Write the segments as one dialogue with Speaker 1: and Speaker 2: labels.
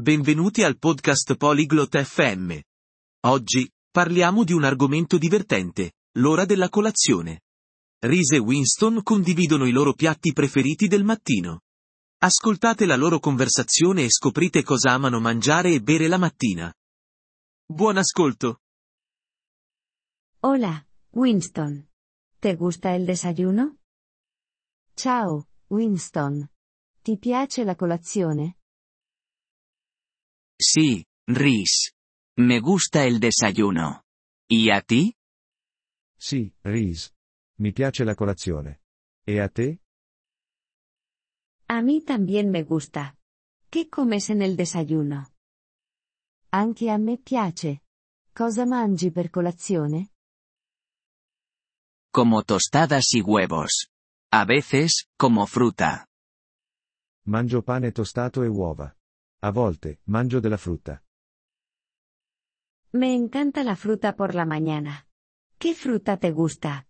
Speaker 1: Benvenuti al podcast Polyglot FM. Oggi, parliamo di un argomento divertente, l'ora della colazione. Reese e Winston condividono i loro piatti preferiti del mattino. Ascoltate la loro conversazione e scoprite cosa amano mangiare e bere la mattina. Buon ascolto!
Speaker 2: Hola, Winston. ¿Te gusta el desayuno? Ciao, Winston. Ti piace la colazione?
Speaker 3: Sí, Rhys. Me gusta el desayuno. ¿Y a ti?
Speaker 4: Sì, Reese. Mi piace la colazione. E a te?
Speaker 2: A mí también me gusta. ¿Qué comes en el desayuno? Anche a me piace. Cosa mangi per colazione?
Speaker 3: Como tostadas y huevos. A veces, como fruta.
Speaker 4: Mangio pane tostato e uova. A volte, mangio della frutta.
Speaker 2: Me encanta la fruta por la mañana. ¿Qué fruta te gusta?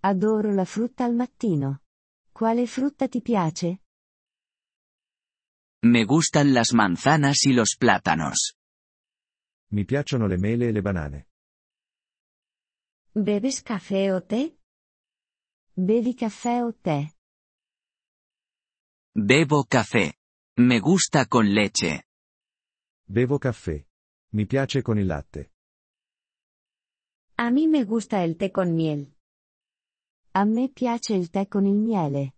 Speaker 2: Adoro la frutta al mattino. Quale frutta ti piace?
Speaker 3: Me gustan las manzanas y los plátanos.
Speaker 4: Mi piacciono le mele e le banane.
Speaker 2: ¿Bebes café o té? Bevi caffè o tè?
Speaker 3: Bebo café. Me gusta con leche.
Speaker 4: Bevo caffè. Mi piace con il latte.
Speaker 2: A mí me gusta el té con miel. A me piace il tè con il miele.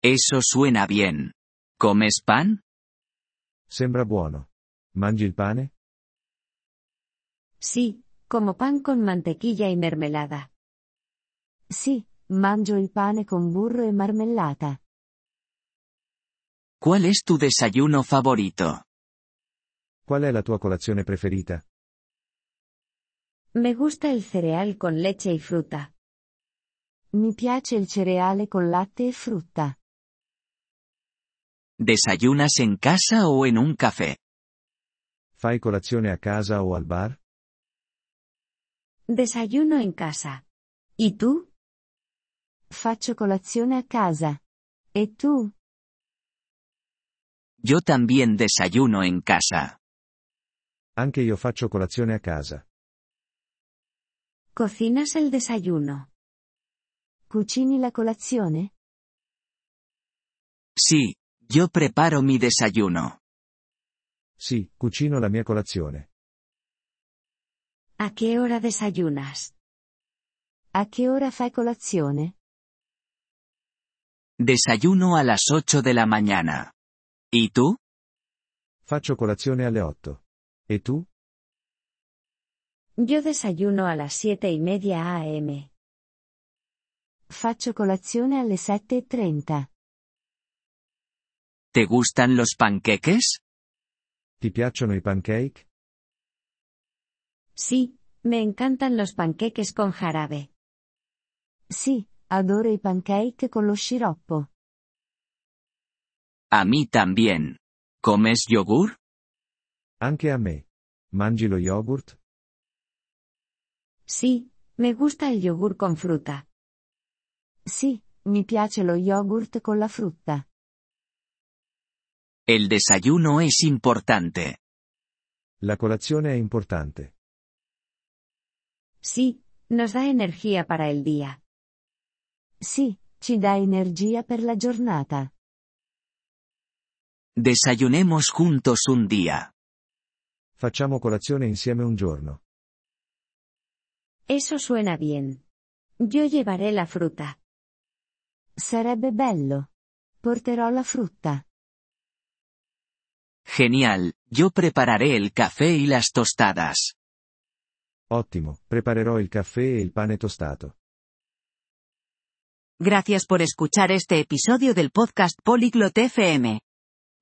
Speaker 3: Eso suena bien. ¿Comes pan?
Speaker 4: Sembra buono. Mangi il pane?
Speaker 2: Sí, como pan con mantequilla y mermelada. Sí, mangio il pane con burro e marmellata.
Speaker 3: ¿Cuál es tu desayuno favorito?
Speaker 4: Qual è la tua colazione preferita?
Speaker 2: Me gusta el cereal con leche y fruta. Mi piace il cereale con latte e frutta.
Speaker 3: ¿Desayunas en casa o en un café?
Speaker 4: Fai colazione a casa o al bar?
Speaker 2: Desayuno en casa. ¿Y tú? Faccio colazione a casa. ¿E tu?
Speaker 3: Yo también desayuno en casa.
Speaker 4: Anche io faccio colazione a casa.
Speaker 2: ¿Cocinas el desayuno? ¿Cucini la colazione?
Speaker 3: Sí, yo preparo mi desayuno.
Speaker 4: Sì, cucino la mia colazione.
Speaker 2: ¿A qué hora desayunas? ¿A qué hora fai colazione?
Speaker 3: Desayuno a las 8 de la mañana. ¿Y tú?
Speaker 4: Faccio colazione alle 8. E tu?
Speaker 2: Yo desayuno a las siete y media a.m. Faccio colazione alle e 7.30.
Speaker 3: ¿Te gustan los panqueques?
Speaker 4: Ti piacciono i pancake?
Speaker 2: Sí, me encantan los panqueques con jarabe. Sí, adoro i pancake con lo sciroppo.
Speaker 3: A mí también. ¿Comes yogur?
Speaker 4: Anche a me. Mangi lo yogurt?
Speaker 2: Sí, me gusta el yogur con fruta. Sí, mi piace lo yogurt con la frutta.
Speaker 3: El desayuno es importante.
Speaker 4: La colazione è importante.
Speaker 2: Sí, nos da energía para el día. Sí, ci dà energia per la giornata.
Speaker 3: Desayunemos juntos un día.
Speaker 4: Facciamo colazione insieme un giorno.
Speaker 2: Eso suena bien. Yo llevaré la fruta. Sarebbe bello. Porterò la frutta.
Speaker 3: Genial, yo prepararé el café y las tostadas.
Speaker 4: Ottimo, preparerò il caffè e il pane tostato.
Speaker 5: Gracias por escuchar este episodio del podcast Polyglot FM.